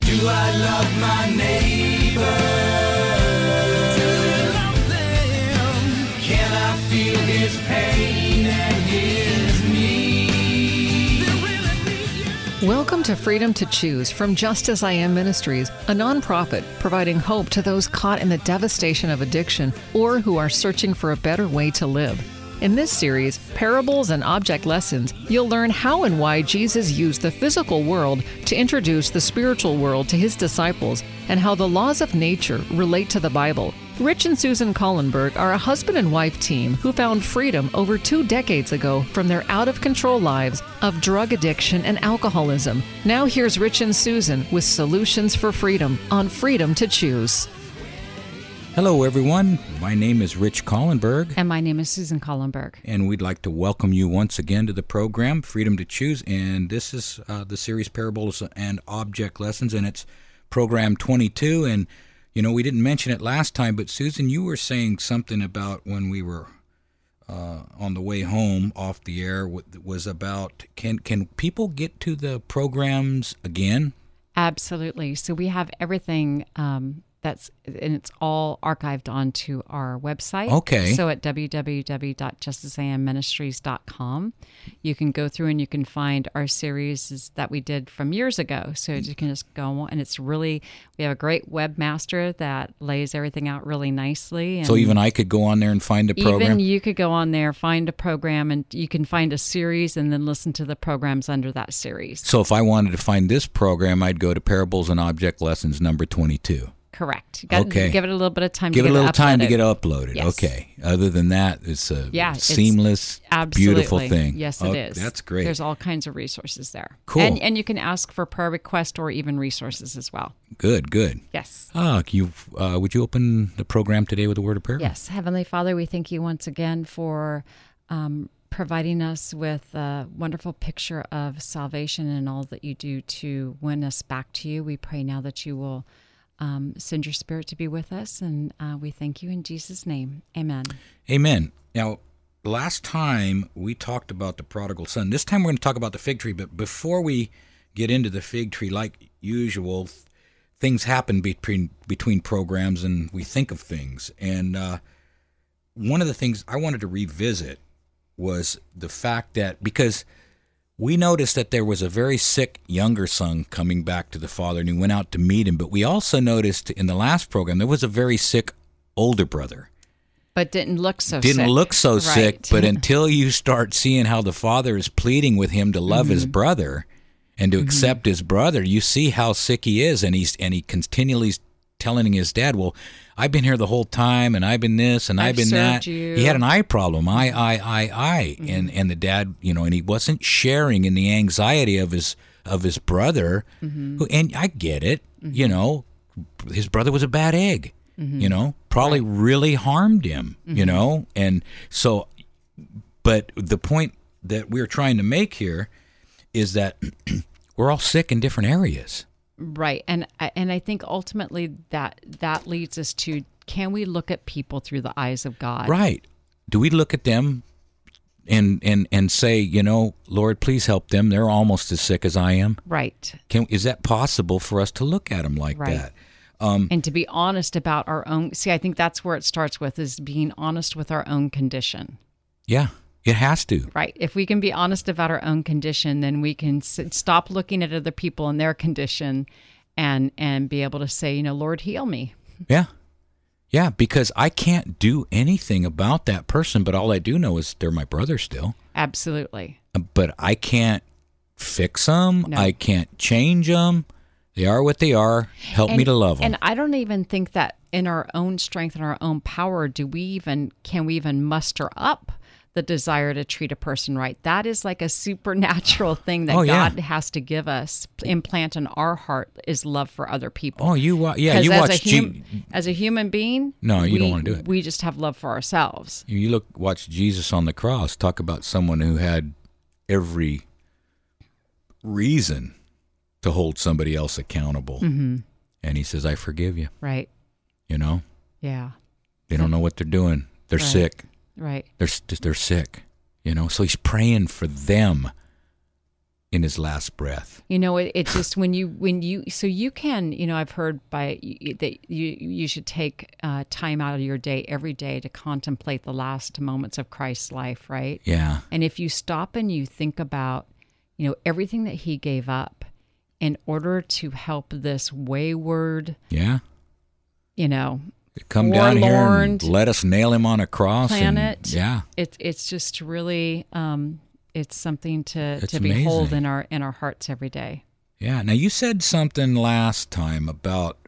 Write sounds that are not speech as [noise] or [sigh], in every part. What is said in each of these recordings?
Do I love my neighbor? Do you love them? Can I feel his pain and his need? They really need you. Welcome to Freedom to Choose from Just As I Am Ministries, a nonprofit providing hope to those caught in the devastation of addiction or who are searching for a better way to live. In this series, Parables and Object Lessons, you'll learn how and why Jesus used the physical world to introduce the spiritual world to his disciples and how the laws of nature relate to the Bible. Rich and Susan Collenberg are a husband and wife team who found freedom over two decades ago from their out of control lives of drug addiction and alcoholism. Now, here's Rich and Susan with Solutions for Freedom on Freedom to Choose. Hello, everyone. My name is Rich Collenberg, And my name is Susan Collenberg. and we'd like to welcome you once again to the program Freedom to Choose. And this is uh, the series Parables and Object Lessons, and it's program 22. And, you know, we didn't mention it last time, but Susan, you were saying something about when we were uh, on the way home off the air wa- was about can, can people get to the programs again? Absolutely. So we have everything um, that's, and it's all archived onto our website. Okay. So at www.justiceamministries.com, you can go through and you can find our series that we did from years ago. So you can just go on, and it's really, we have a great webmaster that lays everything out really nicely. And So even I could go on there and find the program. Mm-hmm. Even you could go on there, find a program, and you can find a series and then listen to the programs under that series. So if I wanted to find this program, I'd go to Parables and Object Lessons number 22. Correct. You gotta Okay. Give it a little bit of time. to Give it a get little time to uploaded. get uploaded. Yes. Okay. Other than that, it's a Yeah, it's- seamless, Absolutely. beautiful thing. Yes, Oh, it is. That's great. There's all kinds of resources there. Cool. And, and you can ask for prayer requests or even resources as well. good, good. Yes. Ah, can you uh, would you open the program today with a word of prayer? Yes. Heavenly Father, we thank you once again for um, providing us with a wonderful picture of salvation and all that you do to win us back to you. We pray now that you will um, send your spirit to be with us. And uh, we thank you in Jesus' name. Amen. Amen. Now, last time we talked about the prodigal son. This time we're going to talk about the fig tree. But before we get into the fig tree, like usual, th- things happen between between programs, and we think of things. And uh, one of the things I wanted to revisit was the fact that because we noticed that there was a very sick younger son coming back to the father, and he went out to meet him. But we also noticed in the last program there was a very sick older brother But didn't look so didn't sick. look so sick, Right. [laughs] but until you start seeing how the father is pleading with him to love Mm-hmm. his brother and to accept his brother, you see how sick he is, and he's and he continually is telling his dad, "Well, I've been here the whole time, and I've been this, and I've, I've been that." served you. Mm-hmm. He had an eye problem, I, I, I, I, and and the dad, you know, and he wasn't sharing in the anxiety of his of his brother, Mm-hmm. who, and I get it, you know, his brother was a bad egg, Mm-hmm. you know, probably really harmed him, you know, and so, but the point that we're trying to make here is that we're all sick in different areas. Right. And I- and I think ultimately that that leads us to can we look at people through the eyes of God? Right. Do we look at them and and and say, you know, Lord, please help them. They're almost as sick as I am. Right. Can is that possible for us to look at them like Right. that? and to be honest about our own see i think that's where it starts with is being honest with our own condition Yeah. It has to. right if we can be honest about our own condition then we can s- stop looking at other people and their condition and and be able to say you know lord heal me Yeah. Yeah, because I can't do anything about that person, but all I do know is they're my brother still. absolutely But I can't fix them. No. I can't change them. They are what they are. Help me And- to love them. and i don't even think that in our own strength and our own power do we even can we even muster up the desire to treat a person right that is like a [sighs] supernatural thing that Oh, yeah. god has to give us implant in our heart is love for other people oh, you wa- yeah, 'Cause you as watch a hum- G- as a human being. No, you don't we- wanna do it. We just have love for ourselves. You look, watch Jesus on the cross. Talk about someone who had every reason to hold somebody else accountable, Mm. and he says, "I forgive you." Right. You know, Yeah. they don't know what they're doing. They're Right. sick. Right. They're s- they're sick. You know, so he's praying for them in his last breath. You know, it, it just when you when you so you can you know I've heard by y- that you you should take uh, time out of your day every day to contemplate the last moments of Christ's life, right? Yeah. And if you stop and you think about, you know, everything that he gave up in order to help this wayward, Yeah. you know, Come down here and Forlorned. let us nail him on a cross. and- planet. yeah. It's it's just really um it's something to It's to behold amazing. in our in our hearts every day. Yeah. Now you said something last time about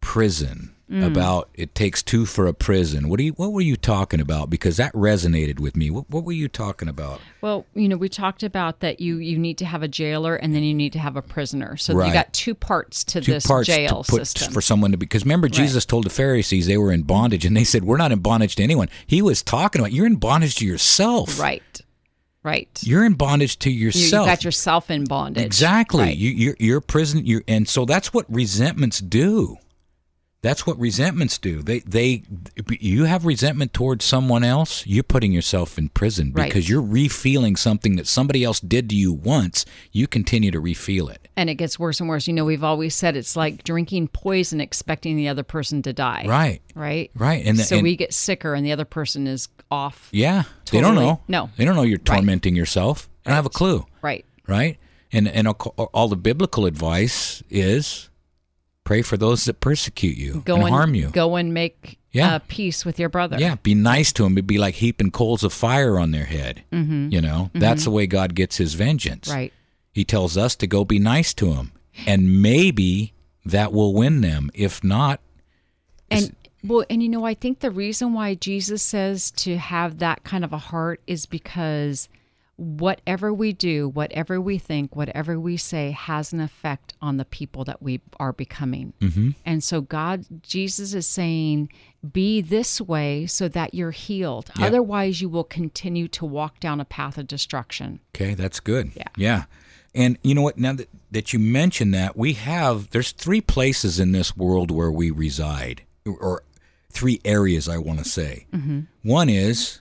prison. Mm. About it takes two for a prison. What do you? What were you talking about? Because that resonated with me. What What were you talking about? Well, you know, we talked about that you you need to have a jailer and then you need to have a prisoner. So Right. you got two parts to Two this parts jail to put system. for someone to because remember Jesus told the Pharisees they were in bondage and they said we're not in bondage to anyone. He was talking about you're in bondage to yourself. right. Right. You're in bondage to You, you yourself. got yourself in bondage. Exactly. Right. You, you're, you're prison. You're, and so that's what resentments do. That's what resentments do. They, they, you have resentment towards someone else. You're putting yourself in prison Right. because you're re-feeling something that somebody else did to you once. You continue to re-feel it. and it gets worse and worse. You know, we've always said it's like drinking poison expecting the other person to die. Right. Right? Right. And the- so and- we get sicker and the other person is off. Yeah. They don't Totally. know. No. They don't know you're Right. tormenting yourself. They don't have a clue. Right. Right. And and all the biblical advice is pray for those that persecute you Go and and harm you. Go and make Yeah. uh, peace with your brother. Yeah, be nice to them. It'd be like heaping coals of fire on their head. Mm-hmm. You know, that's the way God gets his vengeance. Right. He tells us to go be nice to them, and maybe that will win them. If not, And well, and you know, I think the reason why Jesus says to have that kind of a heart is because whatever we do, whatever we think, whatever we say has an effect on the people that we are becoming. Mm-hmm. And so God Jesus is saying be this way so that you're healed. Yep. Otherwise you will continue to walk down a path of destruction. okay, that's good. Yeah. yeah. And you know what? Now that, that you mention that, we have there's three places in this world where we reside, or three areas. I want to say. Mm-hmm. One is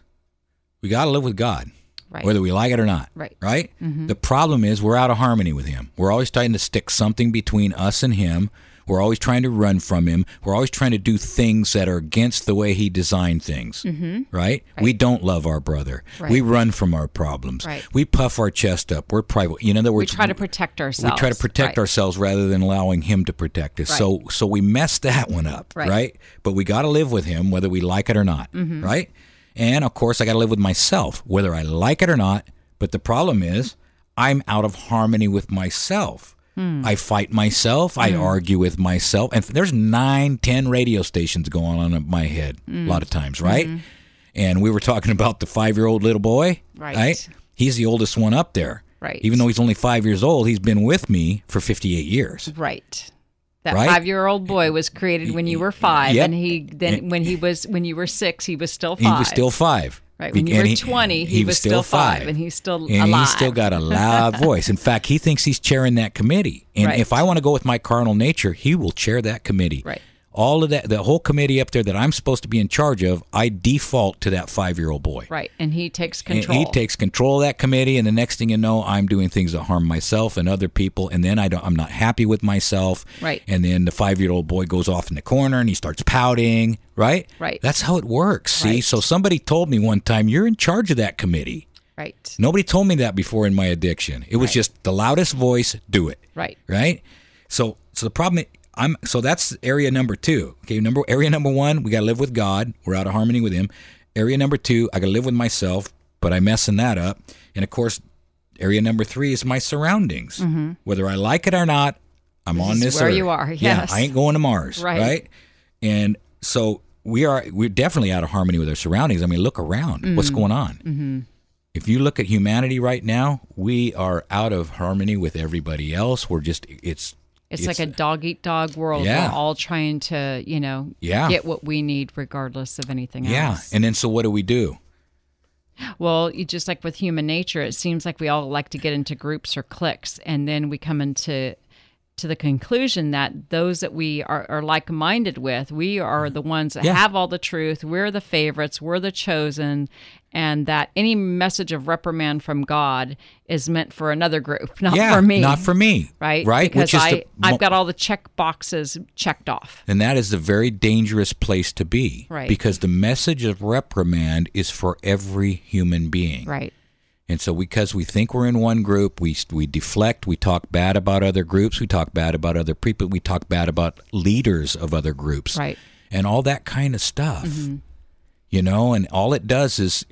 we got to live with God. Right. whether we like it or not. Right. Mm-hmm. Right? The problem is we're out of harmony with him. We're always trying to stick something between us and him. We're always trying to run from him. We're always trying to do things that are against the way he designed things. Mm-hmm. Right? We don't love our brother. We Right. run from our problems. Right. We puff our chest up. We're private. You know, in other we words, try to protect we ourselves. try to protect Right. ourselves rather than allowing him to protect us. Right. So so we mess that one up, right? Right. Mm-hmm. But we got to live with him whether we like it or not, right? And of course, I got to live with myself whether I like it or not. But the problem is, I'm out of harmony with myself. Hmm. I fight myself. I argue with myself. And there's nine, ten radio stations going on in my head Hmm. a lot of times, right? Mm-hmm. And we were talking about the five year old little boy, Right. He's the oldest one up there. Right. Even though he's only five years old, he's been with me for 58 years. Right. That Right? five-year-old boy was created when you were five, Yep. and he then when he was when you were six, he was still And five. he was still five. Right, when you And were 20, he was still five, and he's still and alive. he's still [laughs] got a loud voice. In fact, he thinks he's chairing that committee. And Right. if I want to go with my carnal nature, he will chair that committee. Right. All of that, the whole committee up there that I'm supposed to be in charge of, I default to that five year old boy. right, and he takes And control. he takes control of that committee, and the next thing you know, I'm doing things that harm myself and other people, and then I don't, I'm not happy with myself. Right. And then the five year old boy goes off in the corner and he starts pouting. Right. Right. That's how it works. See, Right. so somebody told me one time, you're in charge of that committee. right, Nobody told me that before in my addiction. It was just the loudest voice, do it. right, Right. So, so the problem. I'm, so that's area number two. Okay, number area number one, we gotta live with God. We're out of harmony with Him. Area number two, I gotta live with myself, but I'm messing that up. And of course, area number three is my surroundings. Whether I like it or not, I'm on Mm-hmm. is this. where earth. you are, Yeah, yes. I ain't going to Mars. Right. Right. And so we are. We're definitely out of harmony with our surroundings. I mean, look around. Mm-hmm. What's going on? if you look at humanity right now, we are out of harmony with everybody else. We're just it's It's, like a dog eat dog world. Yeah. We're all trying to, you know, Yeah. get what we need regardless of anything yeah. else. And then so what do we do? Well, you, just like with human nature, it seems like we all like to get into groups or cliques, and then we come into to the conclusion that those that we are, are like minded with, we are the ones that Yeah. have all the truth. We're the favorites. We're the chosen. And that any message of reprimand from God is meant for another group, [laughs] not yeah, for me. not for me, Right? Right, Because is I, the mo- I've got all the check boxes checked off. And that is a very dangerous place to be. Right. Because the message of reprimand is for every human being. Right. And so, because we think we're in one group, we, we deflect, we talk bad about other groups, we talk bad about other people, we talk bad about leaders of other groups, Right. Mm-hmm. and all that kind of stuff. You know, and all it does is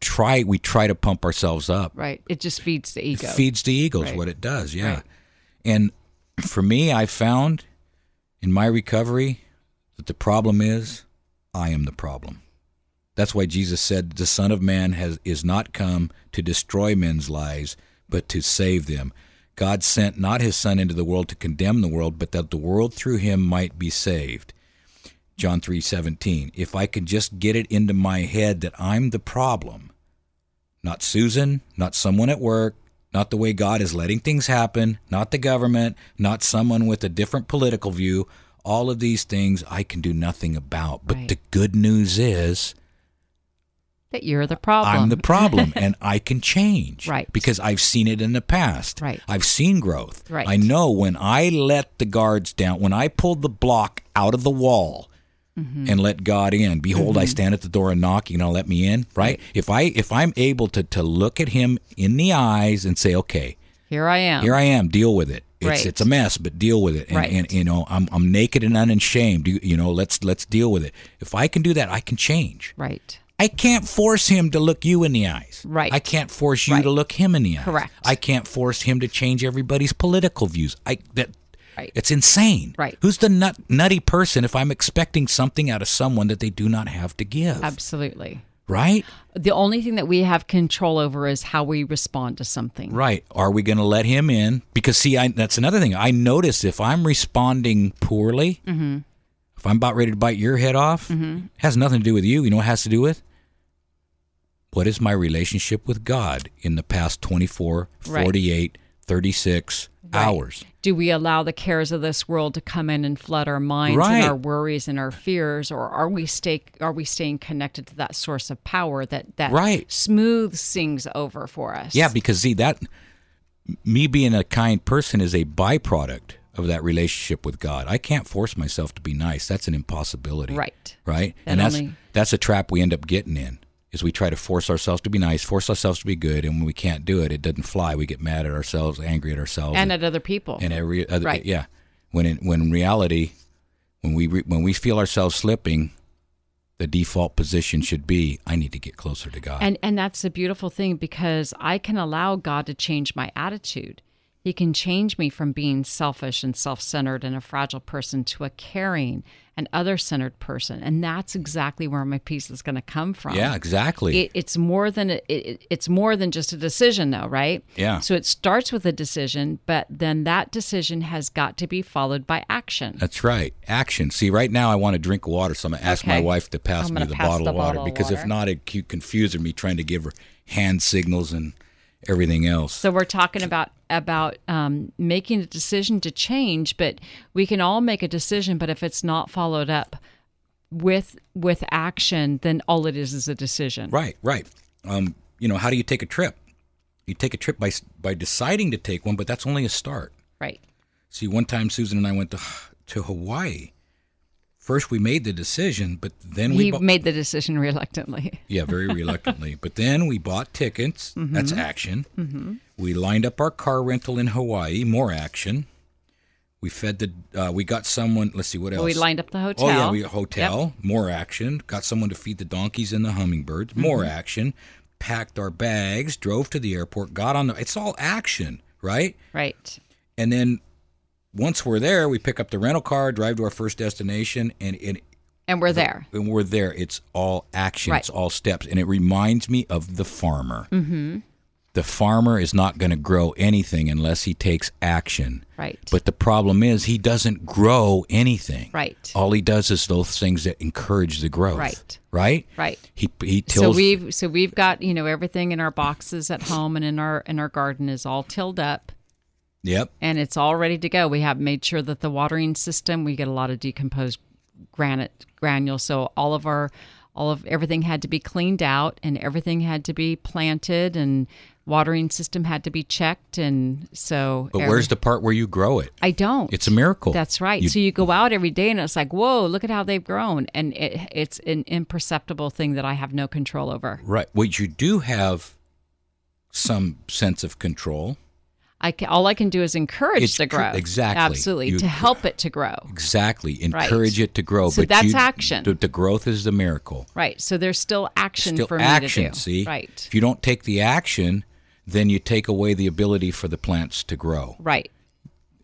try, we try to pump ourselves up. Right. It just feeds the ego. It feeds the ego is Right. what it does, yeah. Right. And for me, I found in my recovery that the problem is I am the problem. That's why Jesus said the Son of Man has is not come to destroy men's lives, but to save them. God sent not his son into the world to condemn the world, but that the world through him might be saved. John 3:17. If I could just get it into my head that I'm the problem, not Susan, not someone at work, not the way God is letting things happen, not the government, not someone with a different political view. All of these things I can do nothing about. But Right. the good news is that you're the problem. I'm [laughs] the problem and I can change. Right. Because I've seen it in the past. Right. I've seen growth. Right. I know when I let the guards down, when I pulled the block out of the wall Mm-hmm. and let God in, behold, I stand at the door and knock, you know, let me in. Right? If I if I'm able to to look at him in the eyes and say, Okay, Here I am. here I am, deal with it. It's, Um, Right. it's a mess, but deal with it. And, Right. and you know, I'm I'm naked and unashamed. You, you know, let's let's deal with it. If I can do that, I can change. Right. I can't force him to look you in the eyes. Right. I can't force you Right. to look him in the eyes. Correct. I can't force him to change everybody's political views. I that Right. it's insane. Right. Who's the nut, nutty person if I'm expecting something out of someone that they do not have to give? Absolutely. right? The only thing that we have control over is how we respond to something. Right. Are we going to let him in? Because see, I, that's another thing. I notice if I'm responding poorly, Mm-hmm. if I'm about ready to bite your head off, it has nothing to do with you. You know what it has to do with? What is my relationship with God in the past 24, Right. 48, 36 Right. hours? Do we allow the cares of this world to come in and flood our minds Right. and our worries and our fears, or are we stay are we staying connected to that source of power that that Right. smooths things over for us? Yeah, because see, that me being a kind person is a byproduct of that relationship with God. I can't force myself to be nice. That's an impossibility. right. right? That and that's only- that's a trap we end up getting in. Is we try to force ourselves to be nice, force ourselves to be good, and when we can't do it, it doesn't fly. We get mad at ourselves, angry at ourselves, And at other people. and every other Right. uh, yeah. When in, when in reality, when we re, when we feel ourselves slipping, the default position should be, I need to get closer to God. And and that's a beautiful thing because I can allow God to change my attitude. He can change me from being selfish and self-centered and a fragile person to a caring and other-centered person. And that's exactly where my peace is going to come from. yeah, exactly. It, it's more than a, it, it's more than just a decision, though, right? Yeah. So it starts with a decision, but then that decision has got to be followed by action. That's right. Action. See, right now I want to drink water, so I'm gonna ask my Okay. wife to pass I'm me gonna the pass bottle the of water bottle of because if water. not, it keep confusing me trying to give her hand signals and everything else. So we're talking about about um, making a decision to change, but we can all make a decision. But if it's not followed up with with action, then all it is is a decision. Right, right. Um, you know, how do you take a trip? You take a trip by by deciding to take one, but that's only a start. Right. See, one time Susan and I went to to Hawaii. First, we made the decision, but then we he bought, made the decision reluctantly. [laughs] yeah, very reluctantly. But then we bought tickets. Mm-hmm. That's action. We lined up our car rental in Hawaii. More action. We fed the. Uh, we got someone. Let's see what else. We lined up the hotel. Oh yeah, we hotel. More action. Got someone to feed the donkeys and the hummingbirds. Mm-hmm. More action. Packed our bags, drove to the airport, got on the. It's all action, right? Right. And then once we're there, we pick up the rental car, drive to our first destination, and and, And we're there. and we're there. It's all action. Right. It's all steps, and it reminds me of the farmer. Mm-hmm. The farmer is not going to grow anything unless he takes action. Right. But the problem is he doesn't grow anything. right. All he does is those things that encourage the growth. Right. Right. Right. He he So tills. we've so we've got you know everything in our boxes at home and in our in our garden is all tilled up. Yep. and it's all ready to go. We have made sure that the watering system, we get a lot of decomposed granite granules, so all of our all of everything had to be cleaned out and everything had to be planted and watering system had to be checked and so But where's the part where you grow it? I don't. It's a miracle. That's right. You- so you go out every day and it's like, "Whoa, look at how they've grown." And it, it's an imperceptible thing that I have no control over. Right. Well, you do have some sense of control. I ca all I can do is encourage It's the tr- growth. exactly. Absolutely. You- to help it to grow. Exactly. Right. Encourage it to grow. So but that's you- action. The, the growth is the miracle. Right. So there's still action Still for action. me to do. See. Right. If you don't take the action, then you take away the ability for the plants to grow, Right.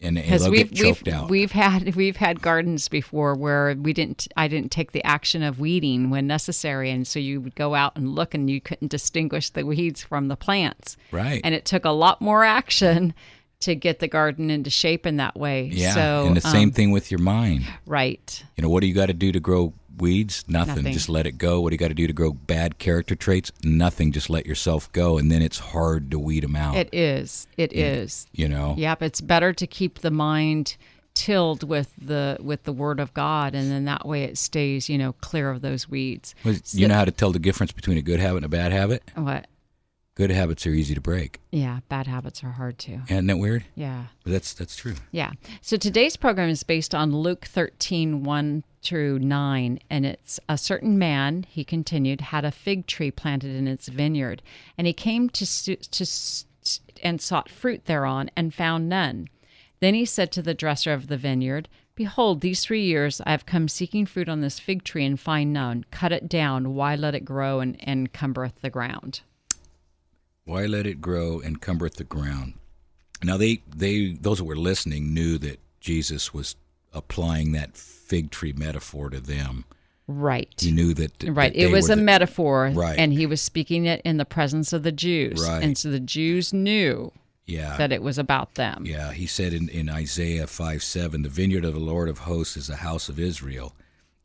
and, and Because they'll we've get choked we've, out. we've had [laughs] we've had gardens before where we didn't I didn't take the action of weeding when necessary, and so you would go out and look and you couldn't distinguish the weeds from the plants. right. And it took a lot more action to get the garden into shape in that way. yeah. So and the same um, thing with your mind. right. You know, what do you got to do to grow weeds? Nothing. Nothing. Just let it go. What do you got to do to grow bad character traits? Nothing. Just let yourself go, and then it's hard to weed them out. It is. It is. you know. Yep, it's better to keep the mind tilled with the with the word of God and then that way it stays, you know, clear of those weeds. Well, You know how to tell the difference between a good habit and a bad habit? What? Good habits are easy to break. Yeah, bad habits are hard to. Isn't that weird? Yeah. But that's that's true. Yeah. So today's program is based on Luke 13, 1 through 9. And it's a certain man, he continued, had a fig tree planted in its vineyard. And he came to, su- to s- and sought fruit thereon and found none. Then he said to the dresser of the vineyard, Behold, these three years I have come seeking fruit on this fig tree and find none. Cut it down. Why let it grow and, and cumbereth the ground? Why let it grow and cumbereth the ground? Now they they those who were listening knew that Jesus was applying that fig tree metaphor to them. Right. He knew that that Right. they It was were a the- metaphor. Right. And he was speaking it in the presence of the Jews. Right. And so the Jews knew Yeah. that it was about them. Yeah, he said in, in Isaiah 5 7, the vineyard of the Lord of hosts is the house of Israel,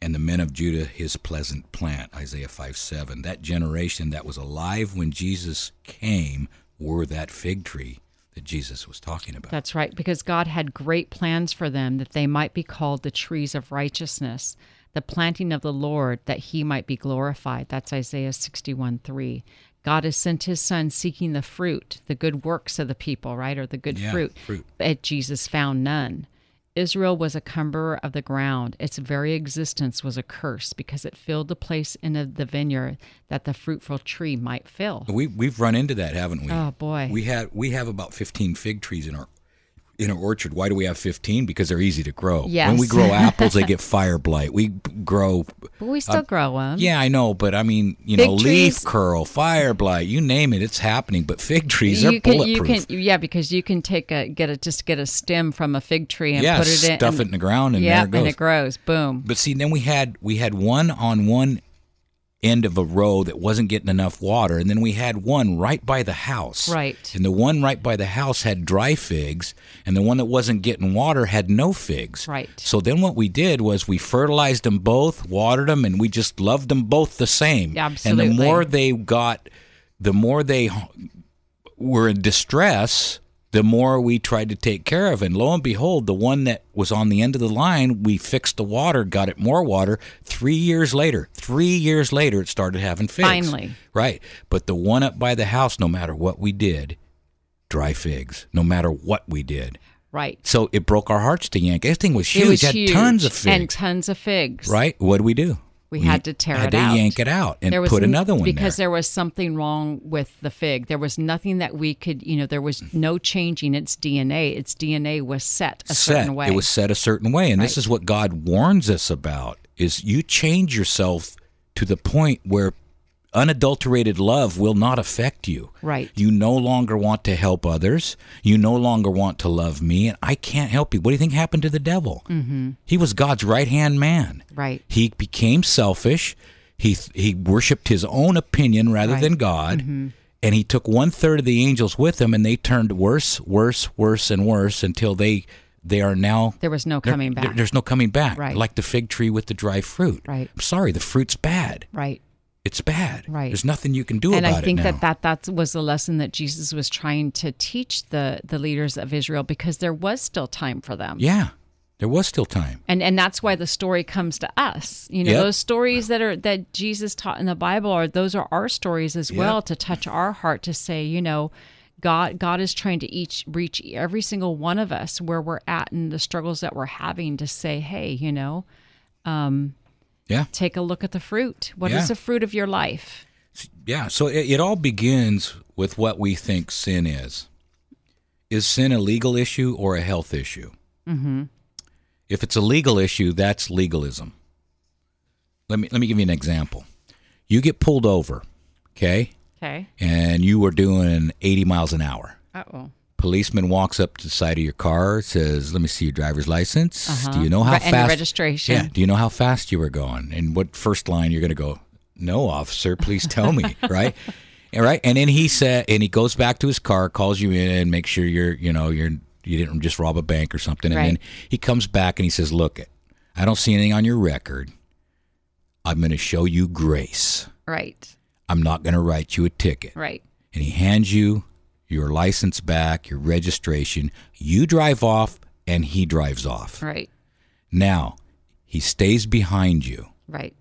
and the men of Judah his pleasant plant. Isaiah 5 7. That generation that was alive when Jesus came were that fig tree that Jesus was talking about. That's right. Because God had great plans for them that they might be called the trees of righteousness, the planting of the Lord, that he might be glorified. That's Isaiah 61 3. God has sent his son seeking the fruit, the good works of the people, right? Or the good Yeah, fruit. fruit. But Jesus found none. Israel was a cumberer of the ground. Its very existence was a curse because it filled the place in the vineyard that the fruitful tree might fill. we, we've run into that, haven't we? Oh, boy. We, had, we have about 15 fig trees in our. In our orchard, why do we have fifteen? Because they're easy to grow. When Yes. [laughs] we grow apples, they get fire blight. We grow but we still grow 'em. grow them. uh, Yeah, I know, but I mean, you Fig know, trees- leaf curl, fire blight, you name it, it's happening. But fig trees, they're you can, you bulletproof. can, yeah, because you can take a get a just get a stem from a fig tree and yeah, put it in, stuff it in the ground, and yeah, there it goes. and it grows. Boom. but see, then we had we had one on one end of a row that wasn't getting enough water, and then we had one right by the house. Right. And the one right by the house had dry figs, and the one that wasn't getting water had no figs. Right. So then what we did was we fertilized them both, watered them, and we just loved them both the same. Absolutely. And the more they got, the more they were in distress, the more we tried to take care of. And lo and behold, the one that was on the end of the line, we fixed the water, got it more water. Three years later, three years later, it started having figs. Finally. Right. But the one up by the house, no matter what we did, dry figs, no matter what we did. Right. So it broke our hearts to yank. This thing was huge. It was had huge tons of and figs. tons of figs. right? What did we do? We had to tear had it to out. yank it out and There was put n- another one because there. there was something wrong with the fig. There was nothing that we could, you know, there was no changing its DNA. Its DNA was set a certain set. way. It was set a certain way, and this is what God warns us about: is you change yourself to the point where unadulterated love will not affect you. Right. You no longer want to help others. You no longer want to love me, and I can't help you. What do you think happened to the devil? Mm-hmm. He was God's right hand man. right. He became selfish. He he worshipped his own opinion rather Right. Mm-hmm. than God. And he took one third of the angels with him, and they turned worse, worse, worse, and worse until they they are now There was no they're- coming there- back. there's no coming back. Right. Like the fig tree with the dry fruit. Right. I'm sorry, the fruit's bad. right. it's bad. Right. There's nothing you can do and about I think it now. that that that was the lesson that Jesus was trying to teach the the leaders of Israel because there was still time for them. yeah, there was still time. And and that's why the story comes to us. You know, Yep. those stories that are that Jesus taught in the Bible are those are our stories as well Yep. to touch our heart to say, you know, God God is trying to each reach every single one of us where we're at and the struggles that we're having to say, hey, you know, Yeah. take a look at the fruit. What is Yeah. the fruit of your life? Yeah, so it, it all begins with what we think sin is. Is sin a legal issue or a health issue? Mm-hmm. If it's a legal issue, that's legalism. Let me let me give you an example. You get pulled over, okay, Okay. and you were doing 80 miles an hour. Uh oh. Policeman walks up to the side of your car, says, "Let me see your driver's license. Do you know how Re- and fast the registration. Yeah. Do you know how fast you were going? And what first line you're going to go? No, officer, please tell me. [laughs] right. And right. And then he said, and he goes back to his car, calls you in, and makes sure you're, you know, you're, you didn't just rob a bank or something. And then Right. he comes back and he says, "Look, I don't see anything on your record. I'm going to show you grace. Right. I'm not going to write you a ticket." Right. and he hands you your license back, your registration. You drive off and he drives off. Right. Now, he stays behind you. Right.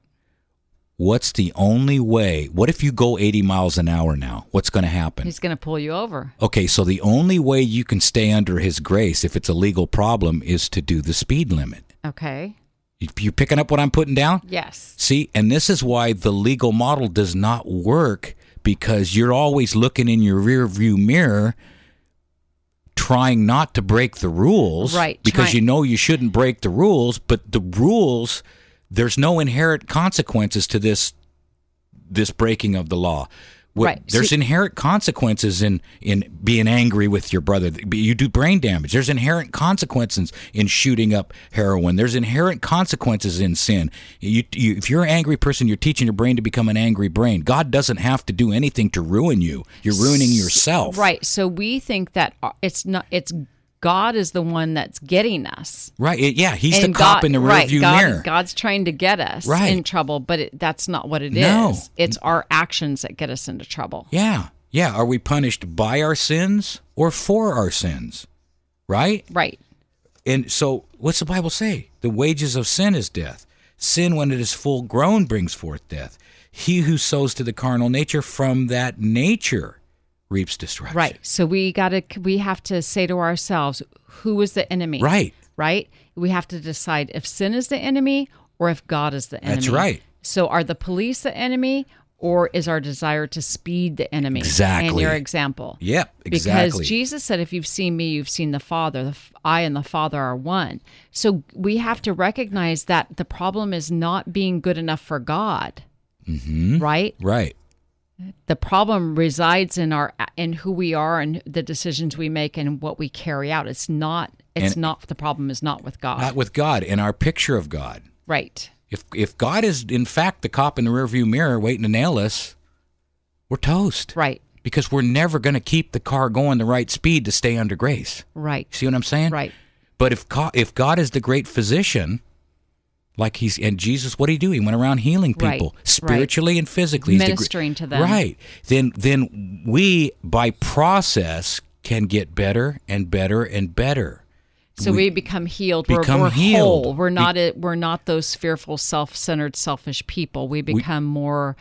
What's the only way? What if you go 80 miles an hour now? What's going to happen? He's going to pull you over. Okay, so the only way you can stay under his grace if it's a legal problem is to do the speed limit. Okay. You- You picking up what I'm putting down? Yes. See, and this is why the legal model does not work because you're always looking in your rear view mirror trying not to break the rules Right, because trying- you know you shouldn't break the rules but the rules there's no inherent consequences to this this breaking of the law What- Right, there's see- inherent consequences in in being angry with your brother you do brain damage there's inherent consequences in shooting up heroin there's inherent consequences in sin you, you if you're an angry person you're teaching your brain to become an angry brain god doesn't have to do anything to ruin you you're ruining yourself Right. So we think that uh, it's not, it's God is the one that's getting us. right it- yeah he's And the cop God- in the right, rearview God- mirror God's trying to get us Right. in trouble, but it, that's not what it is. No. It's our actions that get us into trouble. Yeah. Yeah. Are we punished by our sins or for our sins? Right? Right. And so, what's the Bible say? The wages of sin is death. Sin, when it is full grown, brings forth death. He who sows to the carnal nature from that nature reaps destruction. Right. So we got to, we have to say to ourselves, who is the enemy? Right. Right. We have to decide if sin is the enemy or if God is the enemy. That's right. So are the police the enemy or is our desire to speed the enemy? And Exactly. your example. Yep. Exactly. Because Jesus said, if you've seen me, you've seen the Father. The, F- I and the Father are one. So we have to recognize that the problem is not being good enough for God, Mm-hmm. right? right. The problem resides in our in who we are and the decisions we make and what we carry out. It's not. It's And- not the problem. Is not with God, Not with God in our picture of God. right? If if God is in fact the cop in the rearview mirror waiting to nail us, we're toast. Right. Because we're never going to keep the car going the right speed to stay under grace. Right. See what I'm saying? Right. But if God, if God is the great physician, like he's and Jesus, what did he do? He went around healing Right, people right. spiritually and physically, He's the gre- Ministering to them. Right. Then then we by process can get better and better and better. So we, become healed. become we're, we're healed. whole. We're not. a, we're not those fearful, self-centered, selfish people. We become more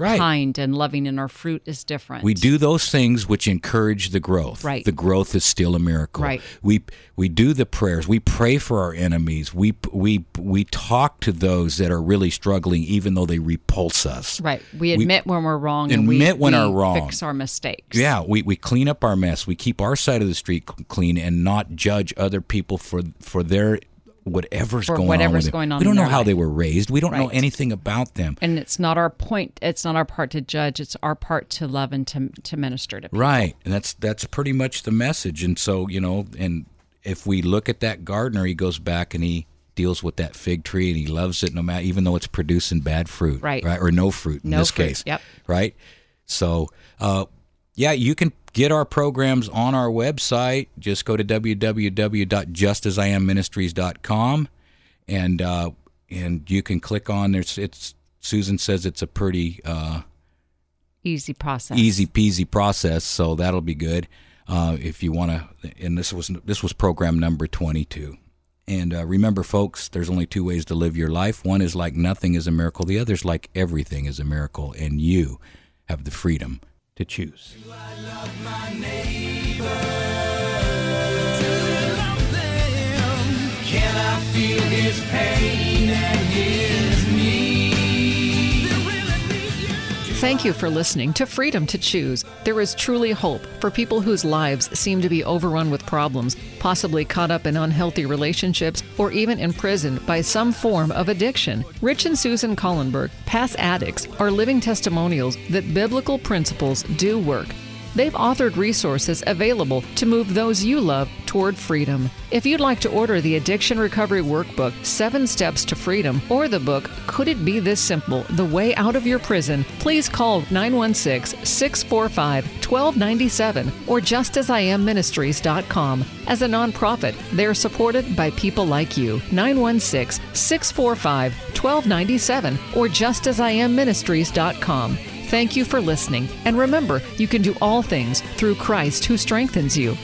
Right. kind and loving, and our fruit is different. We do those things which encourage the growth. Right. The growth is still a miracle. Right. We we do the prayers. We pray for our enemies. We we we talk to those that are really struggling, even though they repulse us. Right. We admit when we're wrong. and we, admit when we we're wrong. Fix our mistakes. Yeah, we, we clean up our mess. We keep our side of the street c- clean and not judge other people for for their whatever's For going on. whatever's with them. going on We don't in know their how life. they were raised. We don't know Right. anything about them. And it's not our point. It's not our part to judge. It's our part to love and to to minister to people. Right. And that's that's pretty much the message. And so, you know, and if we look at that gardener, he goes back and he deals with that fig tree and he loves it no matter even though it's producing bad fruit. Right. Or no fruit in No this fruit, case. yep. Right? So uh yeah, you can get our programs on our website. Just go to www.justasiamministries.com and uh, and you can click on there's it's Susan says it's a pretty uh, Easy process. easy peasy process, so that'll be good. Uh, if you want to, and this was this was program number twenty two. And uh, remember, folks, there's only two ways to live your life. One is like nothing is a miracle. The other is like everything is a miracle, and you have the freedom to choose. Can I feel his pain and his need? Thank you for listening to Freedom to Choose. There is truly hope for people whose lives seem to be overrun with problems, possibly caught up in unhealthy relationships, or even imprisoned by some form of addiction. Rich and Susan Collenberg, past addicts, are living testimonials that biblical principles do work. They've authored resources available to move those you love toward freedom. If you'd like to order the Addiction Recovery Workbook, Seven Steps to Freedom, or the book, Could It Be This Simple? The Way Out of Your Prison, please call 916 645 1297 or justasiamministries.com. As a nonprofit, they're supported by people like you. 916 645 1297 or justasiamministries.com. Thank you for listening. And remember, you can do all things through Christ who strengthens you.